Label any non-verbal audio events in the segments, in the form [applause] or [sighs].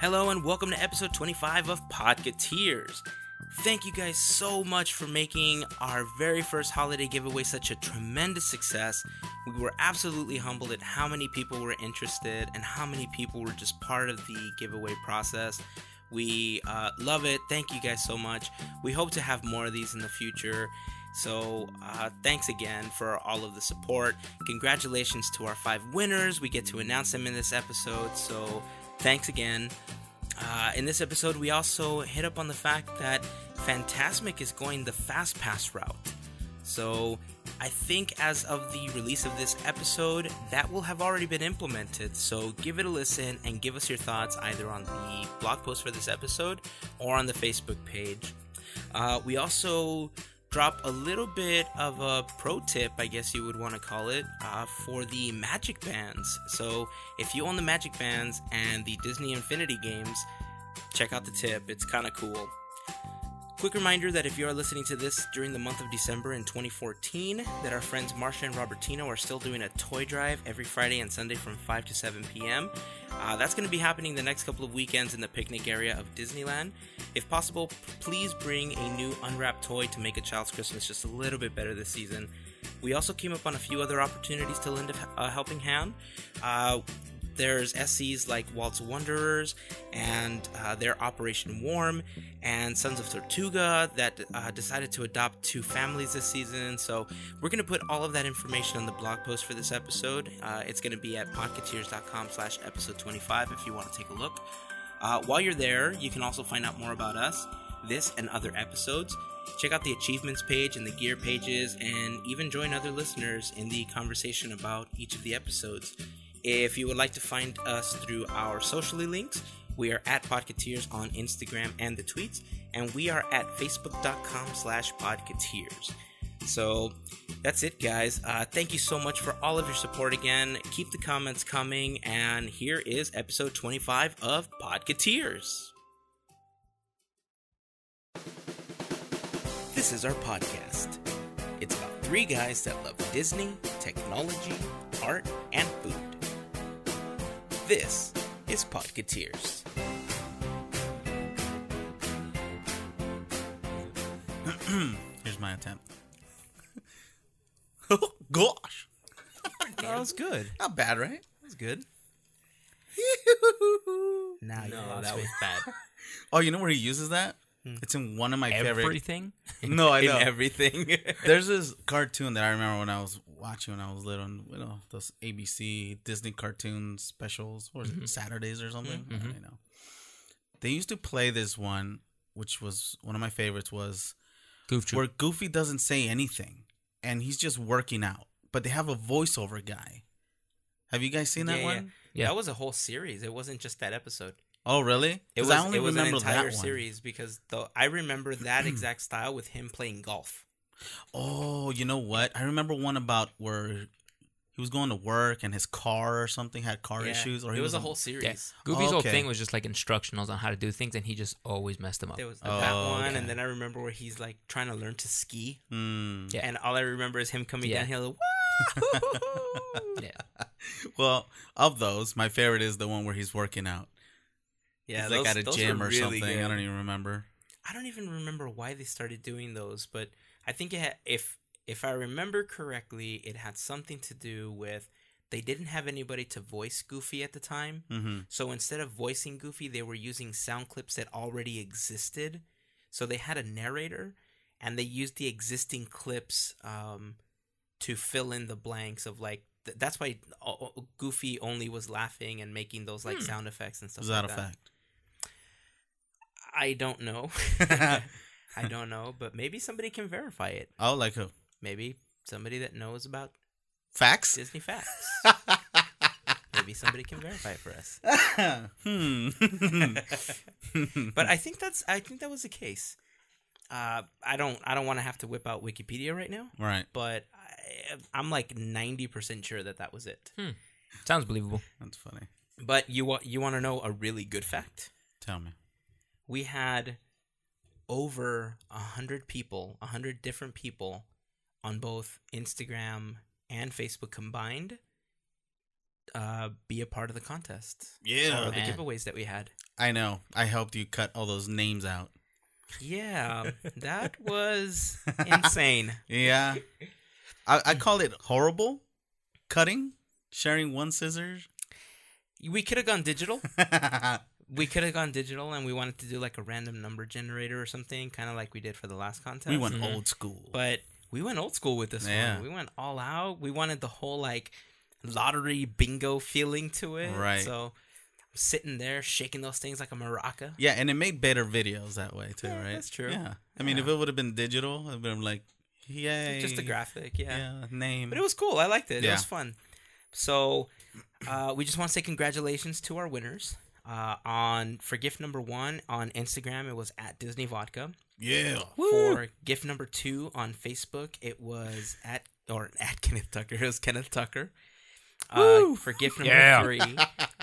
Hello and welcome to episode 25 of Podcateers. Thank you guys so much for making our very first holiday giveaway such a tremendous success. We were absolutely humbled at how many people were interested and how many people were just part of the giveaway process. We uh, love it. Thank you guys so much. We hope to have more of these in the future. So, uh, thanks again for all of the support. Congratulations to our five winners. We get to announce them in this episode. So, thanks again. Uh, in this episode, we also hit up on the fact that Fantasmic is going the fast pass route. So, I think as of the release of this episode, that will have already been implemented. So, give it a listen and give us your thoughts either on the blog post for this episode or on the Facebook page. Uh, we also drop a little bit of a pro tip, I guess you would want to call it, uh, for the Magic Bands. So if you own the Magic Bands and the Disney Infinity games, check out the tip. It's kind of cool. Quick reminder that if you are listening to this during the month of December in 2014, that our friends Marcia and Robertino are still doing a toy drive every Friday and Sunday from 5 to 7 p.m. Uh, that's going to be happening the next couple of weekends in the picnic area of Disneyland. If possible, p- please bring a new unwrapped toy to make a child's Christmas just a little bit better this season. We also came up on a few other opportunities to lend a, h- a helping hand. Uh, there's SCs like Walt's Wanderers and uh, their Operation Warm and Sons of Tortuga that uh, decided to adopt two families this season. So we're going to put all of that information on the blog post for this episode. Uh, it's going to be at podcateers.com slash episode 25 if you want to take a look. Uh, while you're there, you can also find out more about us, this, and other episodes. Check out the achievements page and the gear pages, and even join other listeners in the conversation about each of the episodes. If you would like to find us through our socially links, we are at Podcateers on Instagram and the tweets, and we are at facebook.com slash podcateers. So that's it, guys. Uh, thank you so much for all of your support again. Keep the comments coming, and here is episode 25 of Podcateers. This is our podcast. It's about three guys that love Disney, technology, art, and food. This is Podcateers. Here's my attempt. [laughs] Gosh, That was good. not bad, right? That was good. Now you No, [laughs] that was bad. [laughs] Oh, you know where he uses that? It's in one of my favorite. Everything? No, Oh, I Hmm. in know. everything. There's this cartoon that I remember when I was watching when I was little. You know those ABC Disney cartoon specials, or Mm-hmm. Saturdays or something. I don't know. They used to play this one, which was one of my favorites. Was Goof Troop. where Goofy doesn't say anything, and he's just working out, but they have a voiceover guy. Have you guys seen that yeah, one? Yeah. Yeah. that was a whole series. It wasn't just that episode. Oh, really? It 'Cause was, it was an entire one. series because though I remember that [clears throat] exact style with him playing golf. Oh, you know what? I remember one about where he was going to work and his car or something had car Yeah, issues, or it he was, a in- whole Yeah. series. Goofy's whole Okay. thing was just like instructionals on how to do things, and he just always messed them up. There was that Oh, one, okay. and then I remember where he's like trying to learn to ski, Mm. [laughs] Yeah. and all I remember is him coming Yeah. downhill. yeah. Well, of those, my favorite is the one where he's working out. Yeah, he's those, like at a those gym were or really something. good. I don't even remember. I don't even remember why they started doing those, but I think it had, if if I remember correctly, it had something to do with they didn't have anybody to voice Goofy at the time. hmm So instead of voicing Goofy, they were using sound clips that already existed. So they had a narrator and they used the existing clips um, to fill in the blanks of like th- that's why o- o- Goofy only was laughing and making those like sound effects and stuff Is that a like that. fact? I don't know. [laughs] I don't know, but maybe somebody can verify it. [laughs] Oh, like who? Maybe somebody that knows about Facts? Disney facts. maybe somebody can verify it for us. [laughs] hmm. [laughs] But I think that's I think that was the case. Uh, I don't I don't want to have to whip out Wikipedia right now, right. but I, I'm like 90% sure that that was it. Sounds believable. That's funny. But you want you want to know a really good fact? Tell me. We had over 100 people, 100 different people on both Instagram and Facebook combined uh, be a part of the contest. Yeah. or the man. Oh, giveaways that we had. I know. I helped you cut all those names out. Yeah, that was insane. [laughs] Yeah. I, I call it horrible cutting, sharing one scissors. We could have gone digital. yeah. We could have gone digital, and we wanted to do like a random number generator or something, kind of like we did for the last contest. [laughs] We went old school. mm-hmm. but we went old school with this Yeah. one. We went all out. We wanted the whole like lottery bingo feeling to it. Right. So I'm sitting there shaking those things like a maraca. yeah, and it made better videos that way too, Yeah, right? that's true. Yeah. I mean, if Yeah. it would have been digital, I'd been like, yay. Just a graphic, yeah. Yeah, name. But it was cool. I liked it. It Yeah. was fun. So uh, we just want to say congratulations to our winners. Uh, on for gift number one on Instagram, it was at Disney Vodka. yeah. For gift number two on Facebook, it was at or at [laughs] Kenneth Tucker. It was Kenneth Tucker. Uh, for gift number Yeah. three,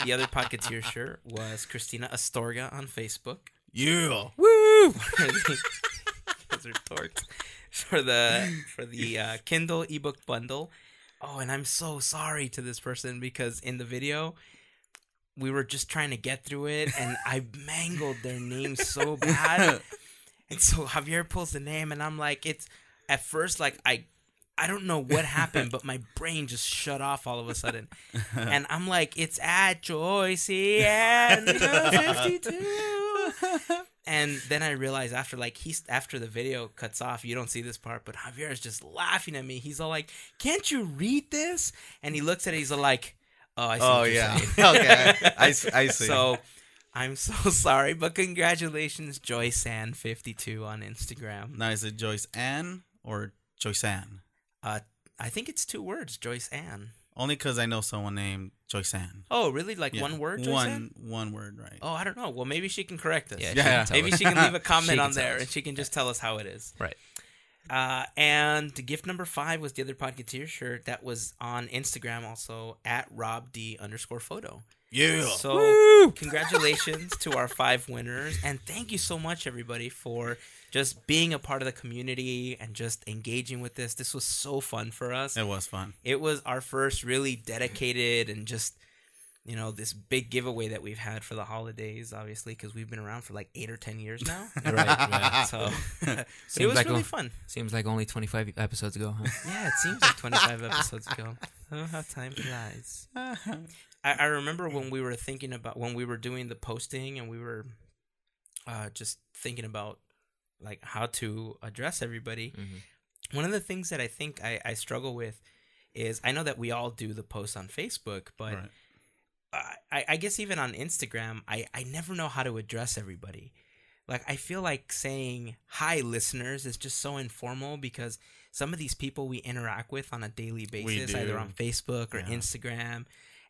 the other Pocketeer shirt was Christina Astorga on Facebook. [laughs] Yeah. Woo! Those are torts. For the for the uh, Kindle ebook bundle. Oh, and I'm so sorry to this person because in the video we were just trying to get through it and I mangled their name so [laughs] bad. And so [laughs] Javier pulls the name and I'm like it's at first like I I don't know what happened, but my brain just shut off all of a [laughs] sudden. And I'm like, it's at Joyce and 52 and then I realized after like he's after the video cuts off, you don't see this part, but Javier is just laughing at me. He's all like, "Can't you read this?" And he looks at it. He's all like, "Oh, I see." Oh, what you're yeah. saying." [laughs] okay. I, s- [laughs] I see. So I'm so [laughs] sorry, but congratulations, joysan 52 on Instagram. now, is it Joyce Ann or Joyce Ann? Uh, I think it's two words, Joyce Ann. Only because I know someone named Joyce Ann. Oh, really? Like Yeah. one word, Joyce Ann? One, one word, right. Oh, I don't know. Well, maybe she can correct us. Yeah, Yeah. She can tell Maybe us. she can leave a She comment can on tell there us. and she can just tell us how it is. [laughs] Right. Uh, and gift number five was the other Podketeer shirt that was on Instagram also at Rob D underscore photo. Yeah. So Oh. congratulations to our five winners and thank you so much everybody for just being a part of the community and just engaging with this. This was so fun for us it [laughs] was fun. it was our first really dedicated and just you know this big giveaway that we've had for the holidays obviously because we've been around for like eight or ten years now [laughs] Right, right. [laughs] so [laughs] but it Seems was like really a- fun Seems like only 25 episodes ago, huh? yeah it seems like [laughs] 25 episodes ago oh how time flies I, I remember when we were thinking about when we were doing the posting and we were uh, just thinking about like how to address everybody Mhm. one of the things that I think I, I struggle with is I know that we all do the posts on Facebook, but Right. I I, I guess even on Instagram, I, I never know how to address everybody. Like I feel like saying hi listeners is just so informal because some of these people we interact with on a daily basis, either do. on Facebook or Yeah. Instagram,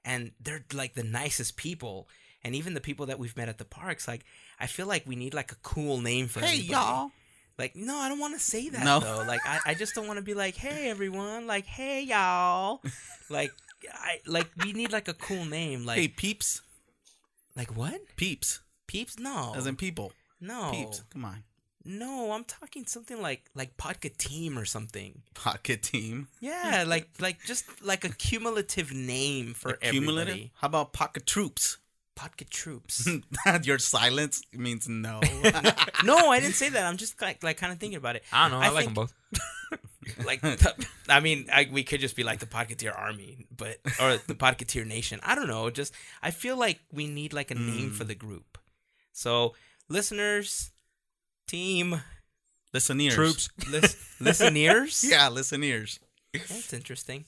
and they're like the nicest people. And even the people that we've met at the parks, like I feel like we need like a cool name for Hey, everybody. y'all. Like, no, I don't want to say that No. though. Like, I, I just don't want to be like, hey everyone, like, hey [laughs] y'all, like, I like we need like a cool name, like, hey, peeps. like what? Peeps. Peeps? No, As in people. no, Peeps. Come on. no. I'm talking something like like Podka Team or something. Pocket team. Hmm. Yeah, like like just like a cumulative name for Cumulative. everybody. How about pocket troops? [laughs] Podka Troops. Your silence means no. [laughs] no, I didn't say that. I'm just like like kind of thinking about it. I don't know. I, like think- them [laughs] both. like the, I mean, I, we could just be like the Podketeer Army, but or the Podketeer Nation. I don't know. Just I feel like we need like a name for the Hmm. group. So listeners, team, listeners. [laughs] lis- listeners. Yeah, listeners. that's interesting.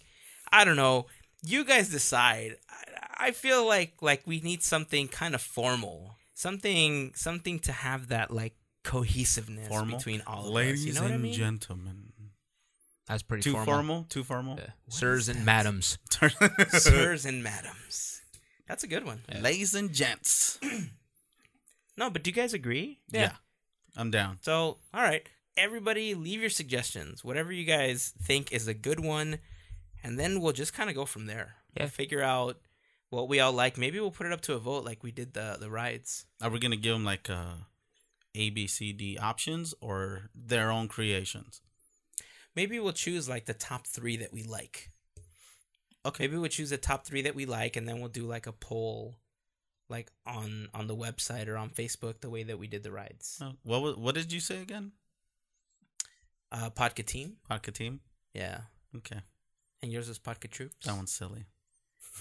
I don't know. You guys decide. I, I feel like like we need something kind of formal, something something to have that like cohesiveness Formal. between all of Ladies us. You know what and I mean? [laughs] gentlemen. That's pretty Too formal. formal. Too formal. [laughs] Yeah. Sirs and madams. [laughs] Sirs and madams. That's a good one. Ladies and gents. No, but do you guys agree? Yeah. I'm down. So, all right. Everybody, leave your suggestions, whatever you guys think is a good one, and then we'll just kind of go from there. Yeah. We'll figure out what we all like. Maybe we'll put it up to a vote, like we did the the rides. Are we gonna give them like uh, A, B, C, D options or their own creations? Maybe we'll choose like the top three that we like. Okay. Maybe we'll choose the top three that we like, and then we'll do like a poll, like on on the website or on Facebook the way that we did the rides. Oh, what was, what did you say again? Uh, Podka team, Vodka team. yeah, Okay, and yours was Podka troops. that one's silly.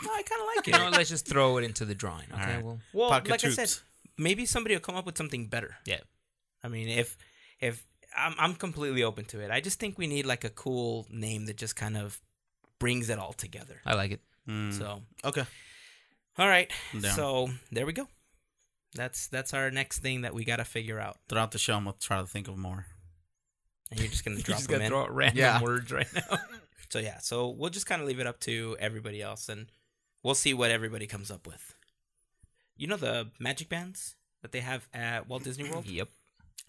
No, I kind of [laughs] like You it. know, let's just throw it into the drawing. All Okay, right. well, well, Podka like I said, troops. maybe somebody will come up with something better. yeah. I mean, if if I'm I'm completely open to it. I just think we need like a cool name that just kind of brings it all together. I like it. Mm, So, okay, all right. I'm down. So there we go. That's that's our next thing that we got to figure out. throughout the show, I'm gonna try to think of more. And you're just gonna [laughs] You drop just them gotta in. throw out random Yeah. words right now. [laughs] So yeah, so we'll just kind of leave it up to everybody else, and we'll see what everybody comes up with. You know the magic bands that they have at Walt Disney World. yep.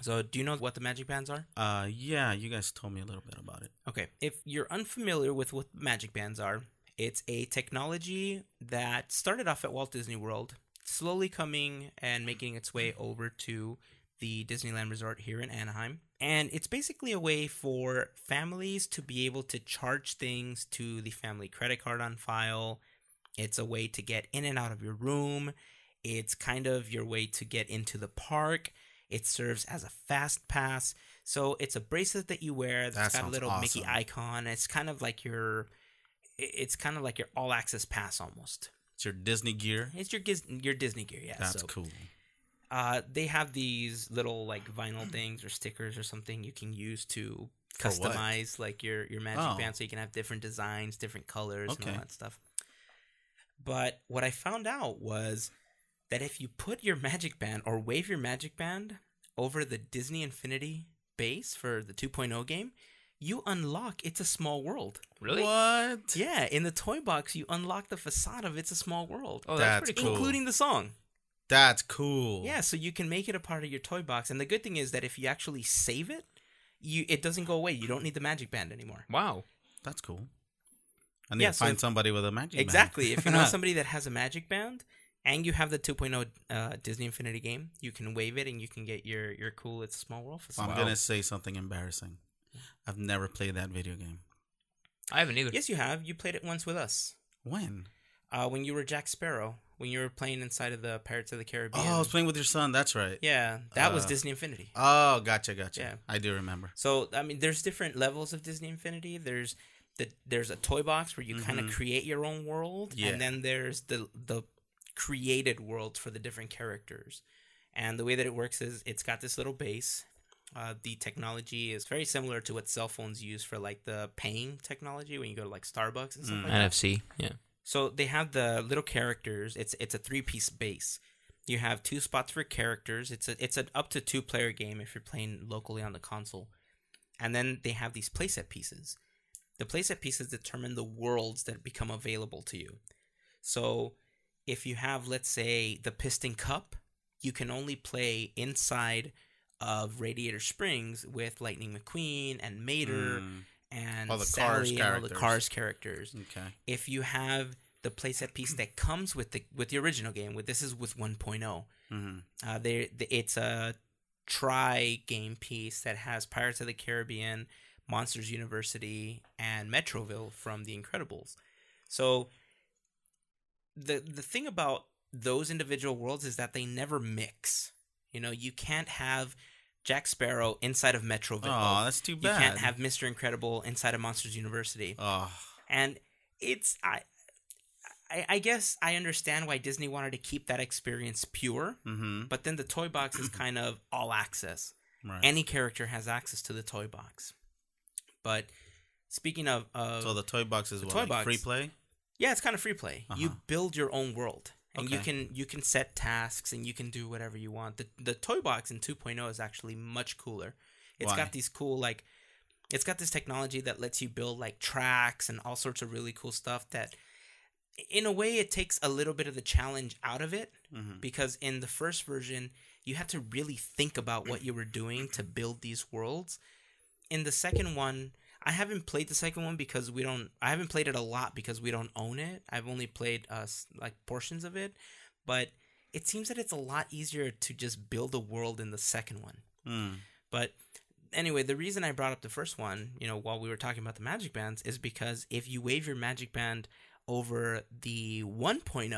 So do you know what the magic bands are? Uh, yeah, you guys told me a little bit about it. Okay, if you're unfamiliar with what magic bands are, it's a technology that started off at Walt Disney World, slowly coming and making its way over to the Disneyland Resort here in Anaheim. And it's basically a way for families to be able to charge things to the family credit card on file. It's a way to get in and out of your room. It's kind of your way to get into the park. It serves as a fast pass. So it's a bracelet that you wear That that's got a sounds little Mickey awesome. icon. It's kind of like your it- it's kind of like your all access pass almost. It's your Disney gear. It's your Giz- your Disney gear, yeah. That's so cool. uh, they have these little like [clears throat] vinyl things or stickers or something you can use to For what? customize like your your magic Oh. band so you can have different designs different colors and Okay. all that stuff but what i found out was that if you put your magic band or wave your magic band over the disney infinity base for the 2.0 game you unlock it's a small [laughs] world Really? What? yeah in the toy box you unlock the facade of it's a small world Oh, that's, That's pretty cool. cool. including the song That's cool. yeah, so you can make it a part of your toy box, and the good thing is that if you actually save it, you it doesn't go away. You don't need the magic band anymore. Wow. That's cool. I need Yeah, to so find if- somebody with a magic. band. Exactly. if you [laughs] know somebody that has a magic band and you have the 2.0 uh, Disney Infinity game, you can wave it and you can get your your cool It's a Small World I'm facade. Wow. gonna say something embarrassing. I've never played that video game. I haven't either. Yes, you have. You played it once with us When? uh, when you were Jack Sparrow when you were playing inside of the Pirates of the Caribbean. Oh, I was playing with your son. That's right. yeah, that was Uh, Disney Infinity. Oh, gotcha, gotcha. Yeah. I do remember. So I mean, there's different levels of Disney Infinity. There's the there's a toy box where you kind of Mhm. create your own world, Yeah. and then there's the the created worlds for the different characters. And the way that it works is it's got this little base. Uh, the technology is very similar to what cell phones use for like the paying technology when you go to like Starbucks and stuff Mm. like that. NFC. Yeah. So they have the little characters. It's it's a three piece base. You have two spots for characters. It's a it's an up to two player game if you're playing locally on the console. And then they have these playset pieces. The playset pieces determine the worlds that become available to you. So if you have let's say the Piston Cup, you can only play inside of Radiator Springs with Lightning McQueen and Mater Mm, and All the Cars Sally and all the characters. Cars characters okay. if you have the playset piece that comes with the with the original game with this is with 1.0 hmm uh there the, it's a tri game piece that has pirates of the caribbean monsters university and metroville from the incredibles so the the thing about those individual worlds is that they never mix you know you can't have jack sparrow inside of metroville Oh, that's too you bad. can't have mr incredible inside of monsters university Oh, and it's I, I I guess I understand why Disney wanted to keep that experience pure, mm-hmm. but then the toy box is kind of all access. Right. Any character has access to the toy box. But speaking of, of so the toy box Uh, is the what toy like box- free play. yeah, it's kind of free play. You Uh-huh. build your own world. And you Okay. can you can set tasks and you can do whatever you want. The the toy box in 2.0 is actually much cooler. It's Why? got these cool like it's got this technology that lets you build like tracks and all sorts of really cool stuff that in a way it takes a little bit of the challenge out of it Mm-hmm. because in the first version you had to really think about what you were doing to build these worlds in the second one i haven't played the second one because we don't i haven't played it a lot because we don't own it i've only played uh s- like portions of it but it seems that it's a lot easier to just build a world in the second one Mm. but anyway, the reason I brought up the first one, you know, while we were talking about the magic bands, is because if you wave your magic band over the 1.0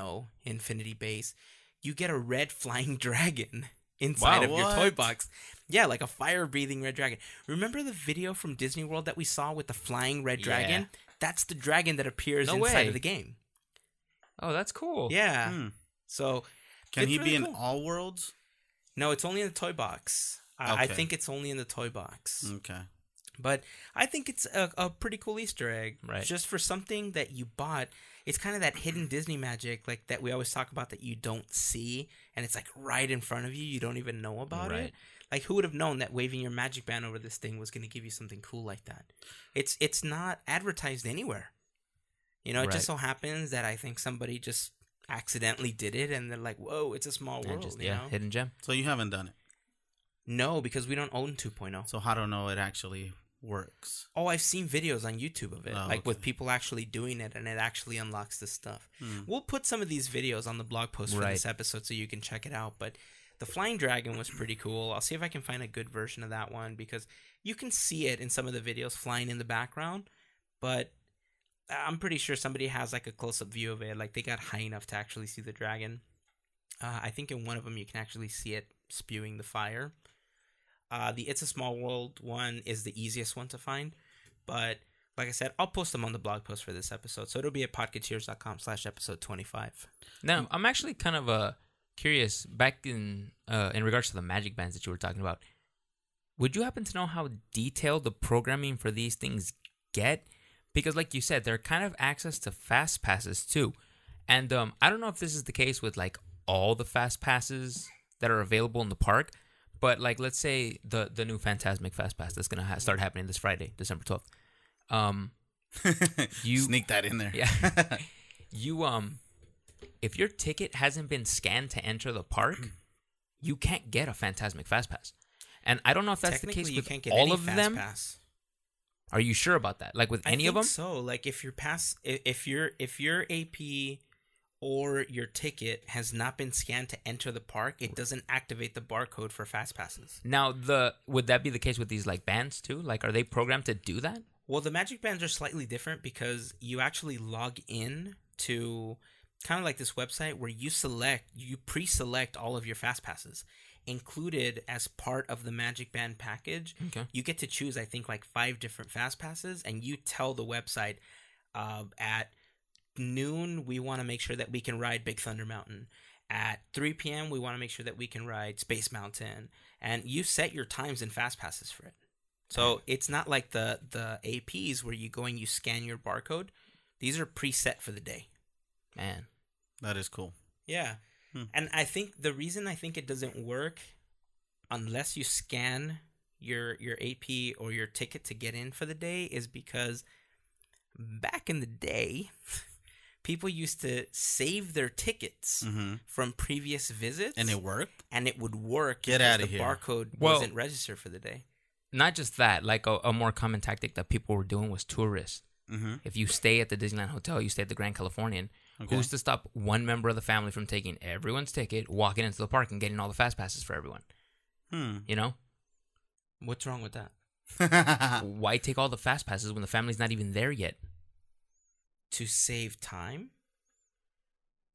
Infinity Base, you get a red [laughs] flying dragon inside Wow, of your toy what? box. Yeah, like a fire breathing red dragon. Remember the video from Disney World that we saw with the flying red Yeah. dragon? That's the dragon that appears No inside way. of the game. Oh, that's cool. Yeah. Hmm. So Can It's he really be in cool. all worlds? no, it's only in the toy box. I, I Okay. think it's only in the toy box. Okay. But I think it's a, a pretty cool Easter egg. Right. Just for something that you bought. It's kind of that hidden Disney magic, like that we always talk about that you don't see, and it's like right in front of you. You don't even know about Right. it. Like who would have known that waving your magic band over this thing was going to give you something cool like that? It's it's not advertised anywhere. You know, it just so happens that I think somebody just accidentally did it, and they're like, "Whoa, it's a small And world." just, you yeah, know? hidden gem. So you haven't done it. no, because we don't own oh. 2.0. So how do I know it actually works? Oh, I've seen videos on YouTube of it, Oh, like with okay. people actually doing it, and it actually unlocks this stuff. Hmm. [laughs] We'll put some of these videos on the blog post for Right. this episode so you can check it out. But the flying dragon was pretty cool. I'll see if I can find a good version of that one because you can see it in some of the videos flying in the background, but I'm pretty sure somebody has like a close up view of it. Like they got high enough to actually see the dragon. Uh, I think in one of them you can actually see it spewing the fire. Uh, the It's a Small World one is the easiest one to find, but like I said, I'll post them on the blog post for this episode, so it'll be at podcateers.com slash episode twenty five. Now, I'm actually kind of uh, curious back in uh, in regards to the magic bands that you were talking about. Would you happen to know how detailed the programming for these things get? Because, like you said, they're kind of access to fast passes too, and um, I don't know if this is the case with like all the fast passes that are available in the park. But like, let's say the the new Fantasmic Fast Pass that's gonna ha- start happening this Friday, December twelfth. Um, You- sneak that in there. yeah. you um if your ticket hasn't been scanned to enter the park, [clears throat] you can't get a Fantasmic Fast Pass. And I don't know if that's the Technically, case you with can't get all any of fast them. Pass. Are you sure about that? Like with I any of think them? So, like if your pass, i- if your if your AP or your ticket has not been scanned to enter the park, it doesn't activate the barcode for fast passes. Now the would that be the case with these like bands too? Like are they programmed to do that? Well, the magic bands are slightly different because you actually log in to kind of like this website where you select, you pre-select all of your fast passes included as part of the magic band package. Okay. You get to choose, I think, like five different fast passes, and you tell the website uh, at noon we want to make sure that we can ride Big Thunder Mountain. At 3 p.m., we want to make sure that we can ride Space Mountain, and you set your times and fast passes for it. So it's not like the the APs where you go and you scan your barcode. These are preset for the day. Man. [laughs] That is cool. Yeah. Hmm. And I think the reason I think it doesn't work unless you scan your your AP or your ticket to get in for the day is because back in the day [laughs] people used to save their tickets Mm-hmm. from previous visits And it worked. and it would work Get because outta the here. barcode Well- wasn't registered for the day. Not just that, like a, a more common tactic that people were doing was tourists. Mm-hmm. If you stay at the Disneyland Hotel, you stay at the Grand Californian, Okay. who's to stop one member of the family from taking everyone's ticket, walking into the park and getting all the fast passes for everyone? Hmm. [laughs] You know? What's wrong with that? why take all the fast passes when the family's not even there yet? To save time?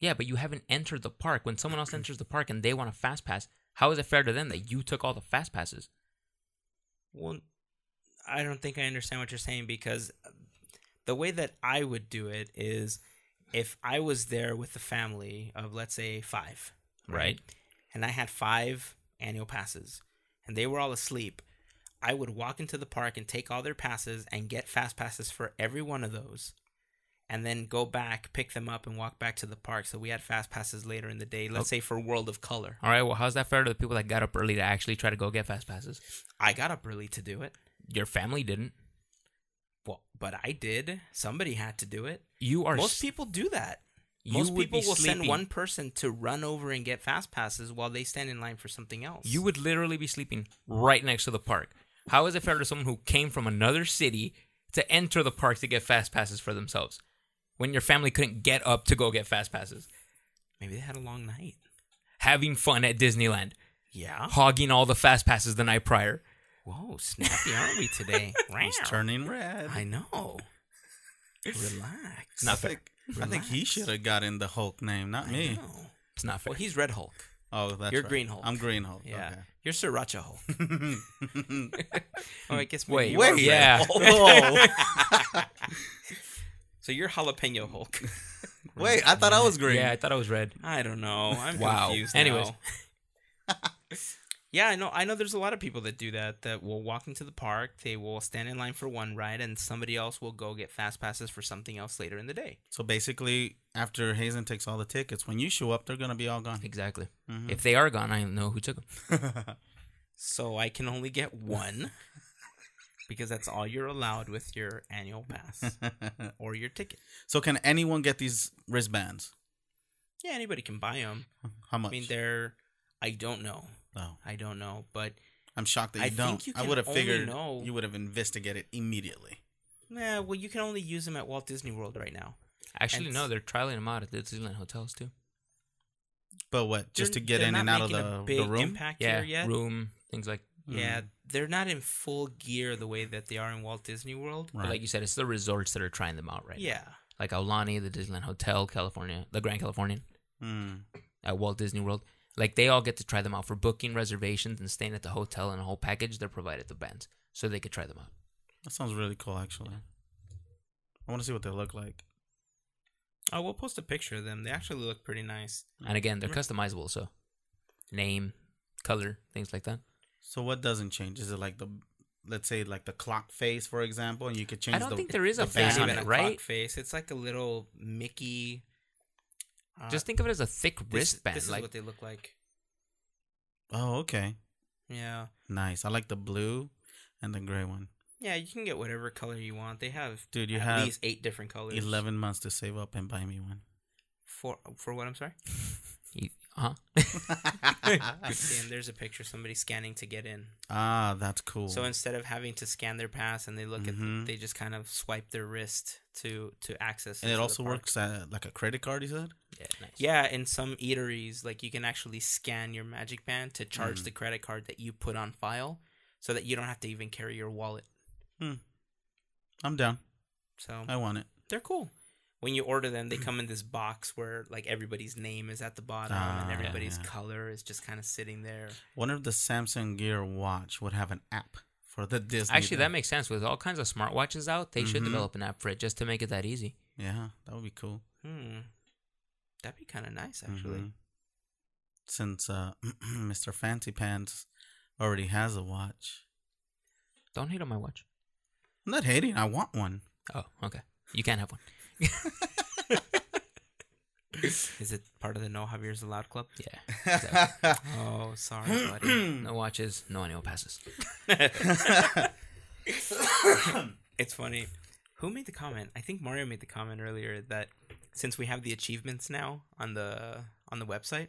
Yeah, but you haven't entered the park. When someone else enters the park and they want a fast pass, how is it fair to them that you took all the fast passes? Well, I don't think I understand what you're saying because the way that I would do it is if I was there with a family of, let's say, five, Right. And I had five annual passes and they were all asleep, I would walk into the park and take all their passes and get fast passes for every one of those. And then go back, pick them up, and walk back to the park. So we had fast passes later in the day. Let's say for World of Color, All right, well, how's that fair to the people that got up early to actually try to go get fast passes? I got up early to do it. Your family didn't. Well, but I did. Somebody had to do it. You are Most s- people do that. you Most would people be will send sleeping. one person to run over and get fast passes while they stand in line for something else. You would literally be sleeping right next to the park. How is it fair to someone who came from another city to enter the park to get fast passes for themselves when your family couldn't get up to go get fast passes? maybe they had a long night. Having fun at Disneyland. Yeah. hogging all the fast passes the night prior. Whoa, snappy aren't we [laughs] today? He's Wow. turning red. I know. Relax. Not I think, I think he Relax. should have gotten the Hulk name, not I me. know. It's not fair. Well, he's Red Hulk. Oh, that's You're right. Green Hulk. I'm Green Hulk. Yeah. You're Sriracha [laughs] Hulk. Okay. [laughs] Oh, I guess maybe Wait, you are Red Wait. yeah. Hulk. [laughs] [laughs] Whoa. So you're Jalapeno Hulk. Wait, I thought I was green. Yeah, I thought I was red. I don't know. I'm Wow. confused. Anyways. now. [laughs] yeah, I know. I know. There's a lot of people that do that. That will walk into the park. They will stand in line for one ride, and somebody else will go get fast passes for something else later in the day. So basically, after Hazen takes all the tickets, when you show up, they're gonna be all gone. Mm-hmm. Exactly. Mhm. If they are gone, I know who took them. So I can only get [laughs] one because that's all you're allowed with your annual [laughs] pass or your ticket. so can anyone get these wristbands? Yeah, anybody can buy them. I How much? mean, they're. I don't know. oh, I don't know, but I'm shocked that you I think don't. you I can would have only figured know- you would have investigated immediately. yeah. Well, you can only use them at Walt Disney World right now. Actually, And- no, they're trialing them out at the Disneyland hotels too. But what? Just They're- to get they're in not and out of making the, a big the room? Hmm. Impact Yeah, here yet. room things like. Mm-hmm. Yeah, they're not in full gear the way that they are in Walt Disney World. but like you said, it's the resorts that are trying them out right. now. Yeah, Like Aulani, the Disneyland Hotel, California, the Grand Californian Mm. at Walt Disney World. Like they all get to try them out for booking reservations and staying at the hotel and a whole package. They're provided the bands, so they could try them out. That sounds really cool, actually. I want to see what they look like. oh, we'll post a picture of them. They actually look pretty nice. And again, they're customizable, so name, color, things like that. So what doesn't change? Is it like the, let's say like the clock face, for example, and you could change. I don't the, think there is the a face band? on Even a it, clock right? Face. It's like a little Mickey. uh, Just think of it as a thick this- wristband. This is like what they look like. Oh, okay, Yeah, nice. I like the blue and the gray one. yeah. You can get whatever color you want. They have Dude, you at have least eight different colors. Eleven months to save up and buy [laughs] me one. for for what? I'm [laughs] sorry. You- huh? and there's a picture of somebody scanning to get in. ah, that's cool. So instead of having to scan their pass and they look Mhm. at, they just kind of swipe their wrist to to access. and into it the also park. works uh, like a credit card. You said. Yeah, nice. Yeah, in some eateries, like you can actually scan your Magic Band to Mm. charge the credit card that you put on file, so that you don't have to even carry your wallet. I'm down. So I want it. they're cool. When you order them, they Mm. come in this box where like everybody's name is at the bottom Ah, and yeah, everybody's yeah. color is just kind of sitting there. Wonder if the Samsung Gear Watch would have an app for the Disney. Actually, that thing. makes sense. With all kinds of smartwatches out, they should Mhm. develop an app for it just to make it that easy. yeah, that would be cool. Hmm, that'd be kind of nice actually. Mhm. Since uh, [clears throat] Mr. Fancy Pants already has a watch. Don't hate on my watch. I'm not hating. I [laughs] want one. Oh, okay. You can't have one. [laughs] Mm-hmm. Is it part of the No Javier's Allowed Club? [gasps] Yeah. Oh, sorry, [clears throat] buddy. Mm. No watches, no annual passes. [laughs] It's funny. Who made the comment? I think Mario made the comment earlier that since we have the achievements now on the on the website,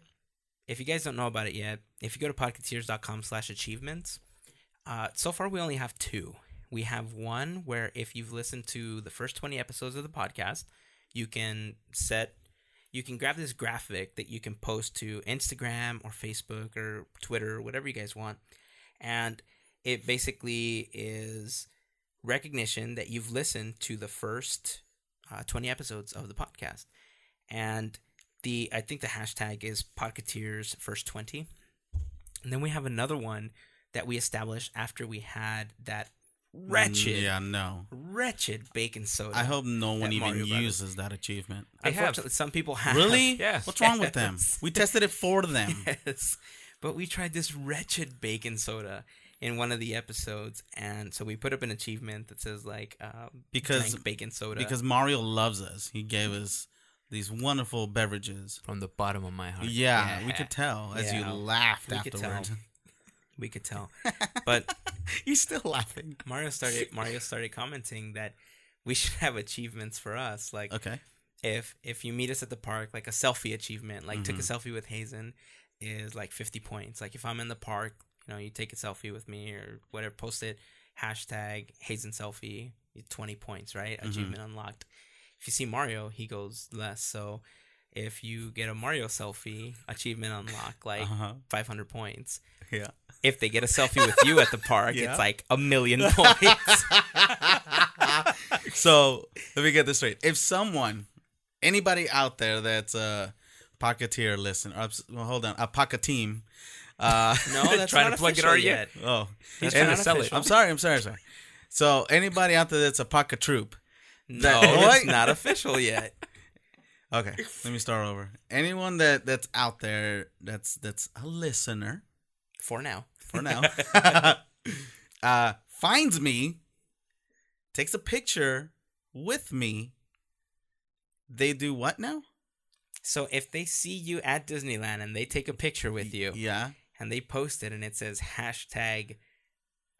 if you guys don't know about it yet, if you go to podcasters.com slash achievements, uh, so far we only have two. We have one where if you've listened to the first 20 episodes of the podcast, you can set you can grab this graphic that you can post to Instagram or Facebook or Twitter or whatever you guys want. And it basically is recognition that you've listened to the first uh, 20 episodes of the podcast. And the I think the hashtag is Podcateers First 20. And then we have another one that we established after we had that [laughs] wretched, Mm, Yeah, no. wretched bacon soda. I hope no one That even Mario Brothers. uses [laughs] that achievement. They have. Unfortunately, some people have. Really? Yes. What's wrong [laughs] with them? Yes. We tested it [laughs] for them. yes. But we tried this wretched bacon soda in one of the episodes, and so we put up an achievement that says like um, Because- drank bacon soda. Because Mario loves us. He gave us these wonderful beverages. From the bottom of my heart. Yeah, we could tell as Yeah. you laughed We could afterward. tell. we could tell, [laughs] [laughs] but He's still laughing. Mario started Mario started commenting that we should have achievements for us, like Okay. if if you meet us at the park, like a selfie achievement, like took a selfie with Hazen is like 50 points. Like if I'm in the park, you know, you take a selfie with me or whatever, post it, hashtag Hazen selfie, 20 points, right? Achievement unlocked. If you see Mario, he goes less. So if you get a Mario selfie, achievement unlocked, like Uh-huh. 500 points. Yeah. If they get a selfie with you at the park, Yeah. it's like a million points. [laughs] so let me get this straight. If someone, anybody out there that's uh, Pocketeer listen. Or, ups- well, hold on. A Pocket Team. Uh, [laughs] No, that's Trying not to plug it official already yet. oh, That's He's trying not to sell it. official. I'm sorry. I'm sorry. Sorry. So anybody out there that's a Pocket Troop. No, What? it's [laughs] not official yet. Okay, let me start over. Anyone that that's out there that's that's a listener For now. [laughs] for now uh, finds me, takes a picture with me. They do what now? So if they see you at Disneyland and they take a picture with you Yeah. and they post it and it says hashtag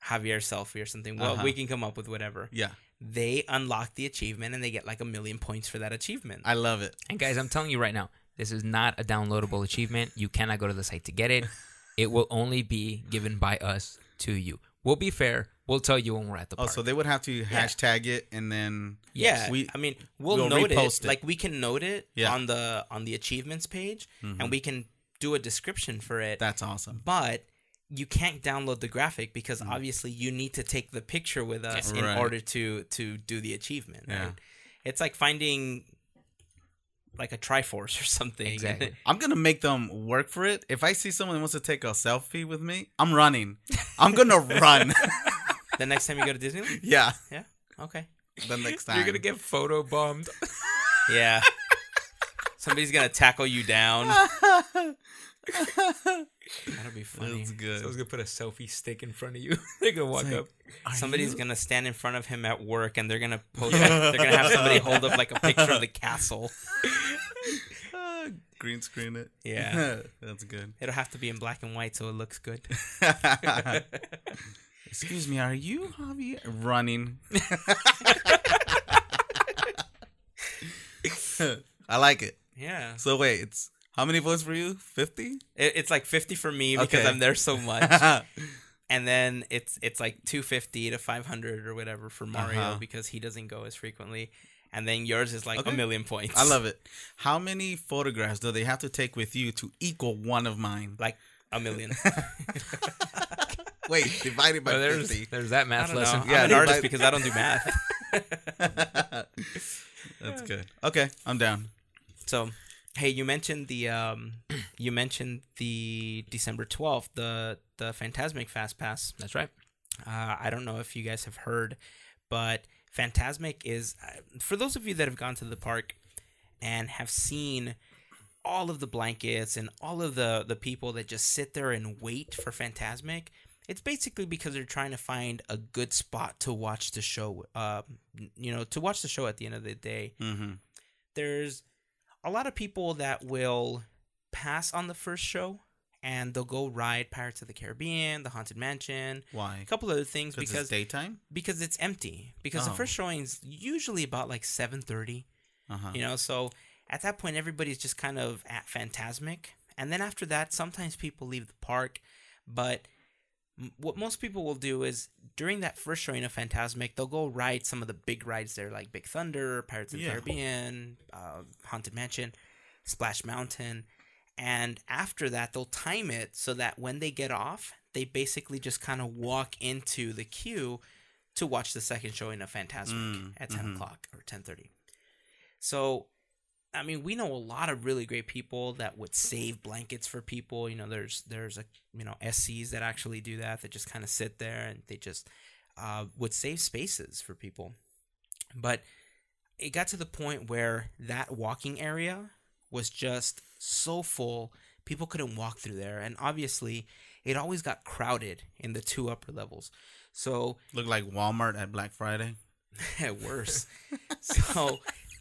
Javier selfie or something, well, Uh-huh. we can come up with whatever. Yeah. They unlock the achievement and they get like a million points for that achievement. I love it. And guys, I'm telling you right now, this is not a downloadable achievement. You cannot go to the site to [laughs] get it. It will only be given by us to you. We'll be fair. We'll tell you when we're at the Oh, park. so they would have to hashtag it and then yeah, we I mean, we'll, we'll note it, repost it. Like we can note it Yeah. on the on the achievements page, Mhm. and we can do a description for it. that's awesome. but you can't download the graphic because Mm. obviously you need to take the picture with us in Right. order to to do the achievement. Yeah. Right? It's like finding like a Triforce or something. Exactly. I'm gonna make them work for it. If I see someone that wants to take a selfie with me, I'm running. I'm [laughs] gonna run. [laughs] [laughs] the next time you go to Disneyland, yeah. okay. The next time. get photo [laughs] bombed. [laughs] Yeah. Somebody's gonna tackle you down. That'll be funny. That's good. gonna put a selfie stick in front of you. [laughs] They're gonna walk like, up. Are Somebody's you- gonna stand in front of him at work, and they're [laughs] gonna post. like- they're gonna have somebody hold up like a picture of the castle. Ah, green screen it. Yeah. [laughs] that's [laughs] good. It'll have to be in black and white, so it looks [laughs] good. Excuse me, are you Javier running? [laughs] I like it. Yeah, So wait, it's how many votes for you? Fifty? [laughs] it, it's like fifty for me because Okay. I'm there [laughs] so much. yeah, and then it's it's like 250 to 500 or whatever for Mario Uh-huh. because he doesn't go as frequently and then yours is like Okay. a million points. I love it. How many photographs do they have to take with you to equal one of mine? like a [laughs] million. Wait, divided by Oh, there's, fifty. [laughs] there's that I math don't know. lesson. Yeah, I'm an they artist might- because I don't do [laughs] math. That's good. Okay, I'm down. So, hey, you mentioned the um you mentioned the December 12th, the the Fantasmic Fast Pass. That's right. Uh, I don't know if you guys have heard, but Fantasmic is uh, for those of you that have gone to the park and have seen all of the blankets and all of the the people that just sit there and wait for Fantasmic. It's basically because they're trying to find a good spot to watch the show. Uh, you know, to watch the show at the end of the day. Mm-hmm. There's a lot of people that will pass on the first show and they'll go ride Pirates of the Caribbean, The Haunted Mansion, Why? a couple other things Because because it's daytime. because it's empty because the Oh. first showing's usually about like 7.30 Uh-huh. you know so at that point everybody's just kind of at phantasmic and then after that sometimes people leave the park but m- what most people will do is during that first showing of phantasmic they'll go ride some of the big rides there like big thunder pirates of the Yeah. caribbean uh, haunted mansion splash mountain and after that they'll time it so that when they get off they basically just kind of walk into the queue to watch the second showing of Fantasmic Mm, at 10 mhm. o'clock or 10.30 so i mean we know a lot of really great people that would save blankets for people you know there's there's a you know scs that actually do that that just kind of sit there and they just uh, would save spaces for people but it got to the point where that walking area was just so full people couldn't walk through there and obviously it always got crowded in the two upper levels so [laughs] Look like Walmart at Black Friday. worse so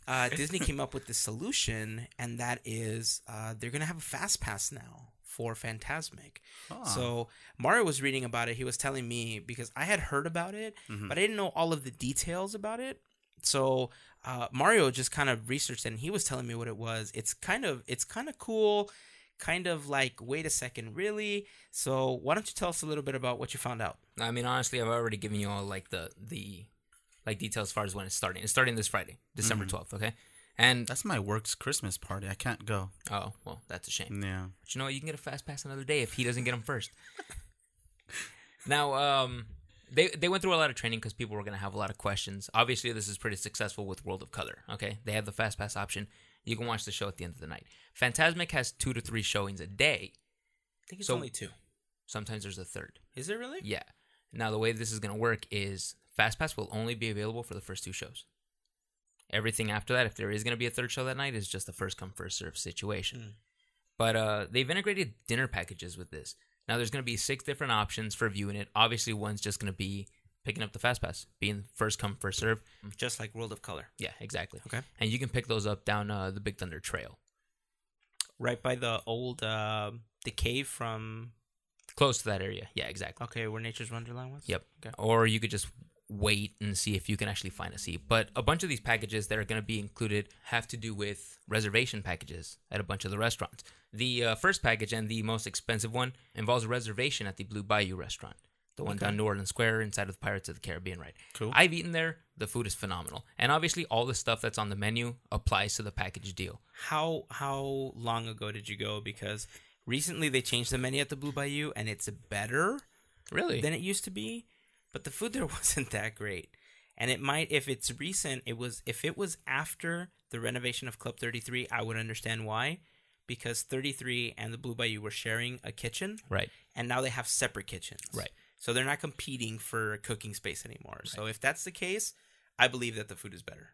uh, disney came up with this solution and that is uh, they're gonna have a fast pass now for phantasmic Ah. so mario was reading about it he was telling me because i had heard about it Mhm. but i didn't know all of the details about it so uh, mario just kind of researched it and he was telling me what it was it's kind of it's kind of cool kind of like wait a second really so why don't you tell us a little bit about what you found out I mean, honestly, I've already given you all like the the like details as far as when it's starting. It's starting this Friday, December Mhm. 12th. Okay. And That's my work's Christmas party. I can't go. oh well, that's a shame. Yeah. But you know what? You can get a fast pass another day if he doesn't get them first. now, um, they they went through a lot of training because people were going to have a lot of questions. Obviously, this is pretty successful with World of Color. Okay, they have the fast pass option, You can watch the show at the end of the night. Fantasmic has two to three showings a day. think it's So- only two. Sometimes there's a third. Is it really? Yeah. Now the way this is going to work is FastPass will only be available for the first two shows. Everything after that, if there is going to be a third show that night, is just a first come first serve situation. Mm. But uh, they've integrated dinner packages with this. Now there's going to be six different options for viewing it. Obviously, one's just going to be picking up the FastPass, being first come first serve. Just like World of Color, Yeah, exactly. Okay. And you can pick those up down uh, the Big Thunder Trail, right by the old uh, the cave from close to that area. Yeah, exactly. okay, where Nature's Wonderland was. Yep. Okay. Or you could just wait and see if you can actually find a seat. But a bunch of these packages that are going to be included have to do with reservation packages at a bunch of the restaurants. The uh, first package and the most expensive one involves a reservation at the Blue Bayou restaurant, the one down New Orleans Square inside of the Pirates of the Caribbean ride. Cool. I've eaten there. The food is phenomenal. And obviously, all the stuff that's on the menu applies to the package deal. How how long ago did you go? Because recently they changed the menu at the Blue Bayou, and it's better Really? than it used to be, but the food there [laughs] wasn't that great. And it might, if it's recent, it was if it was after the renovation of Club 33, I would understand why, because 33 and the Blue Bayou were sharing a kitchen, right. and now they have separate kitchens. Right. So they're not competing for cooking space anymore. So if that's the case, I believe that the food is better.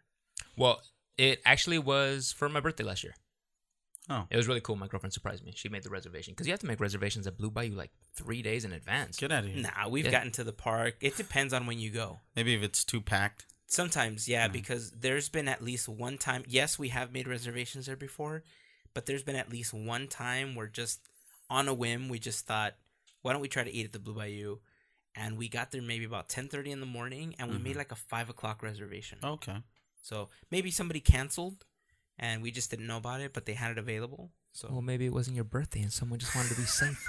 Well, it actually was for my birthday last year. Oh. It was really cool. My girlfriend surprised me. She made the reservation because you have to make reservations at Blue Bayou like three days in advance. Get out of here. Nah, we've Yeah. gotten to the park. It depends on when you go. Maybe if it's too packed. Sometimes, yeah, because there's been at least one time. Yes, we have made reservations there before, but there's been at least one time where just on a whim we just thought, why don't we try to eat at the Blue Bayou? And we got there maybe about ten thirty in the morning, and we made like a five o'clock reservation. Okay. So maybe somebody canceled, and we just didn't know about it, but they had it available. So Well, [laughs] maybe it wasn't your birthday and someone just wanted to be [laughs] safe.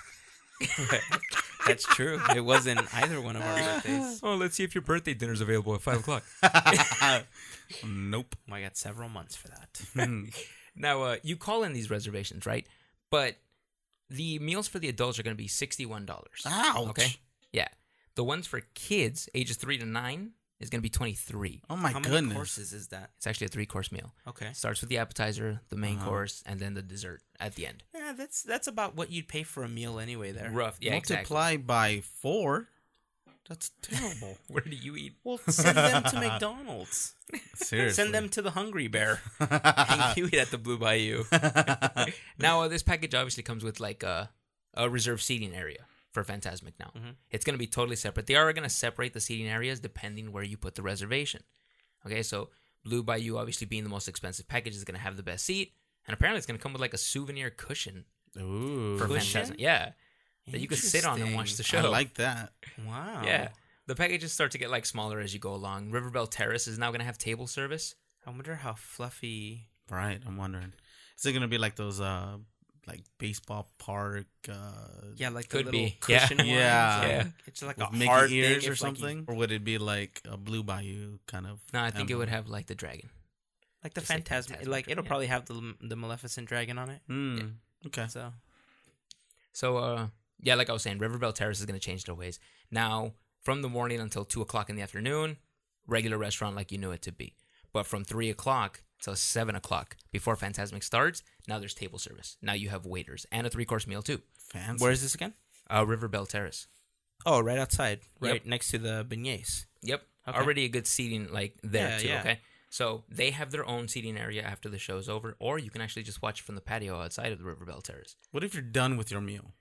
that's true. It wasn't either one of our birthdays. oh, let's see if your birthday dinner's available at five o'clock. [laughs] [laughs] Nope. [laughs] Well, I got several months for that. Now, uh, you call in these reservations, right? But the meals for the adults are going to be sixty-one dollars. Ouch. Okay. Yeah. The ones for kids ages three to nine is going to be twenty-three. Oh my How many goodness. courses is that? It's actually a three-course meal. Okay. Starts with the appetizer, the main course, and then the dessert at the end. Yeah, that's that's about what you'd pay for a meal anyway. There. Rough, yeah, exactly. Multiply by four. That's [laughs] terrible. Where do you eat? Well, send them to McDonald's. Seriously. Send [laughs] them to the Hungry Bear. [laughs] and you eat at the Blue Bayou. Now, uh, this package obviously comes with like a, a reserved seating area for Fantasmic now. It's going to be totally separate. They are going to separate the seating areas depending where you put the reservation. Okay, so Blue Bayou, obviously being the most expensive package, is going to have the best seat. And apparently, it's going to come with like a souvenir cushion Ooh. for Cushion? Fantasmic. Yeah. That you can sit on and watch the show. I like that. Wow. yeah. The packages start to get like smaller as you go along. Riverbell Terrace is now going to have table service. I wonder how fluffy. Right. I'm wondering. Is it gonna be like those uh like baseball park uh Yeah, like Could the little be. Yeah. cushion ones, Yeah. like- Yeah. It's like with a Mickey hard ears thing or if, like, you- something? or would it be like a blue bayou kind of No, I think it would emblem? have like the dragon. Like the Just like phantasm. Phantasmic, Like it'll yeah. probably have the the Maleficent dragon on it. Mm, Okay. So So uh yeah, like I was saying, Riverbell Terrace is gonna change their ways. Now, from the morning until two o'clock in the afternoon, regular restaurant like you knew it to be. But from three o'clock till seven o'clock before Fantasmic starts, now there's table service. Now you have waiters and a three course meal too. Fancy. where is this again? Uh Riverbell Terrace. Oh, right outside, right Yep. next to the beignets. Yep. Okay. Already a good seating like there Yeah, too, yeah. okay? So they have their own seating area after the show's over, or you can actually just watch from the patio outside of the Riverbell Terrace. what if you're done with your meal?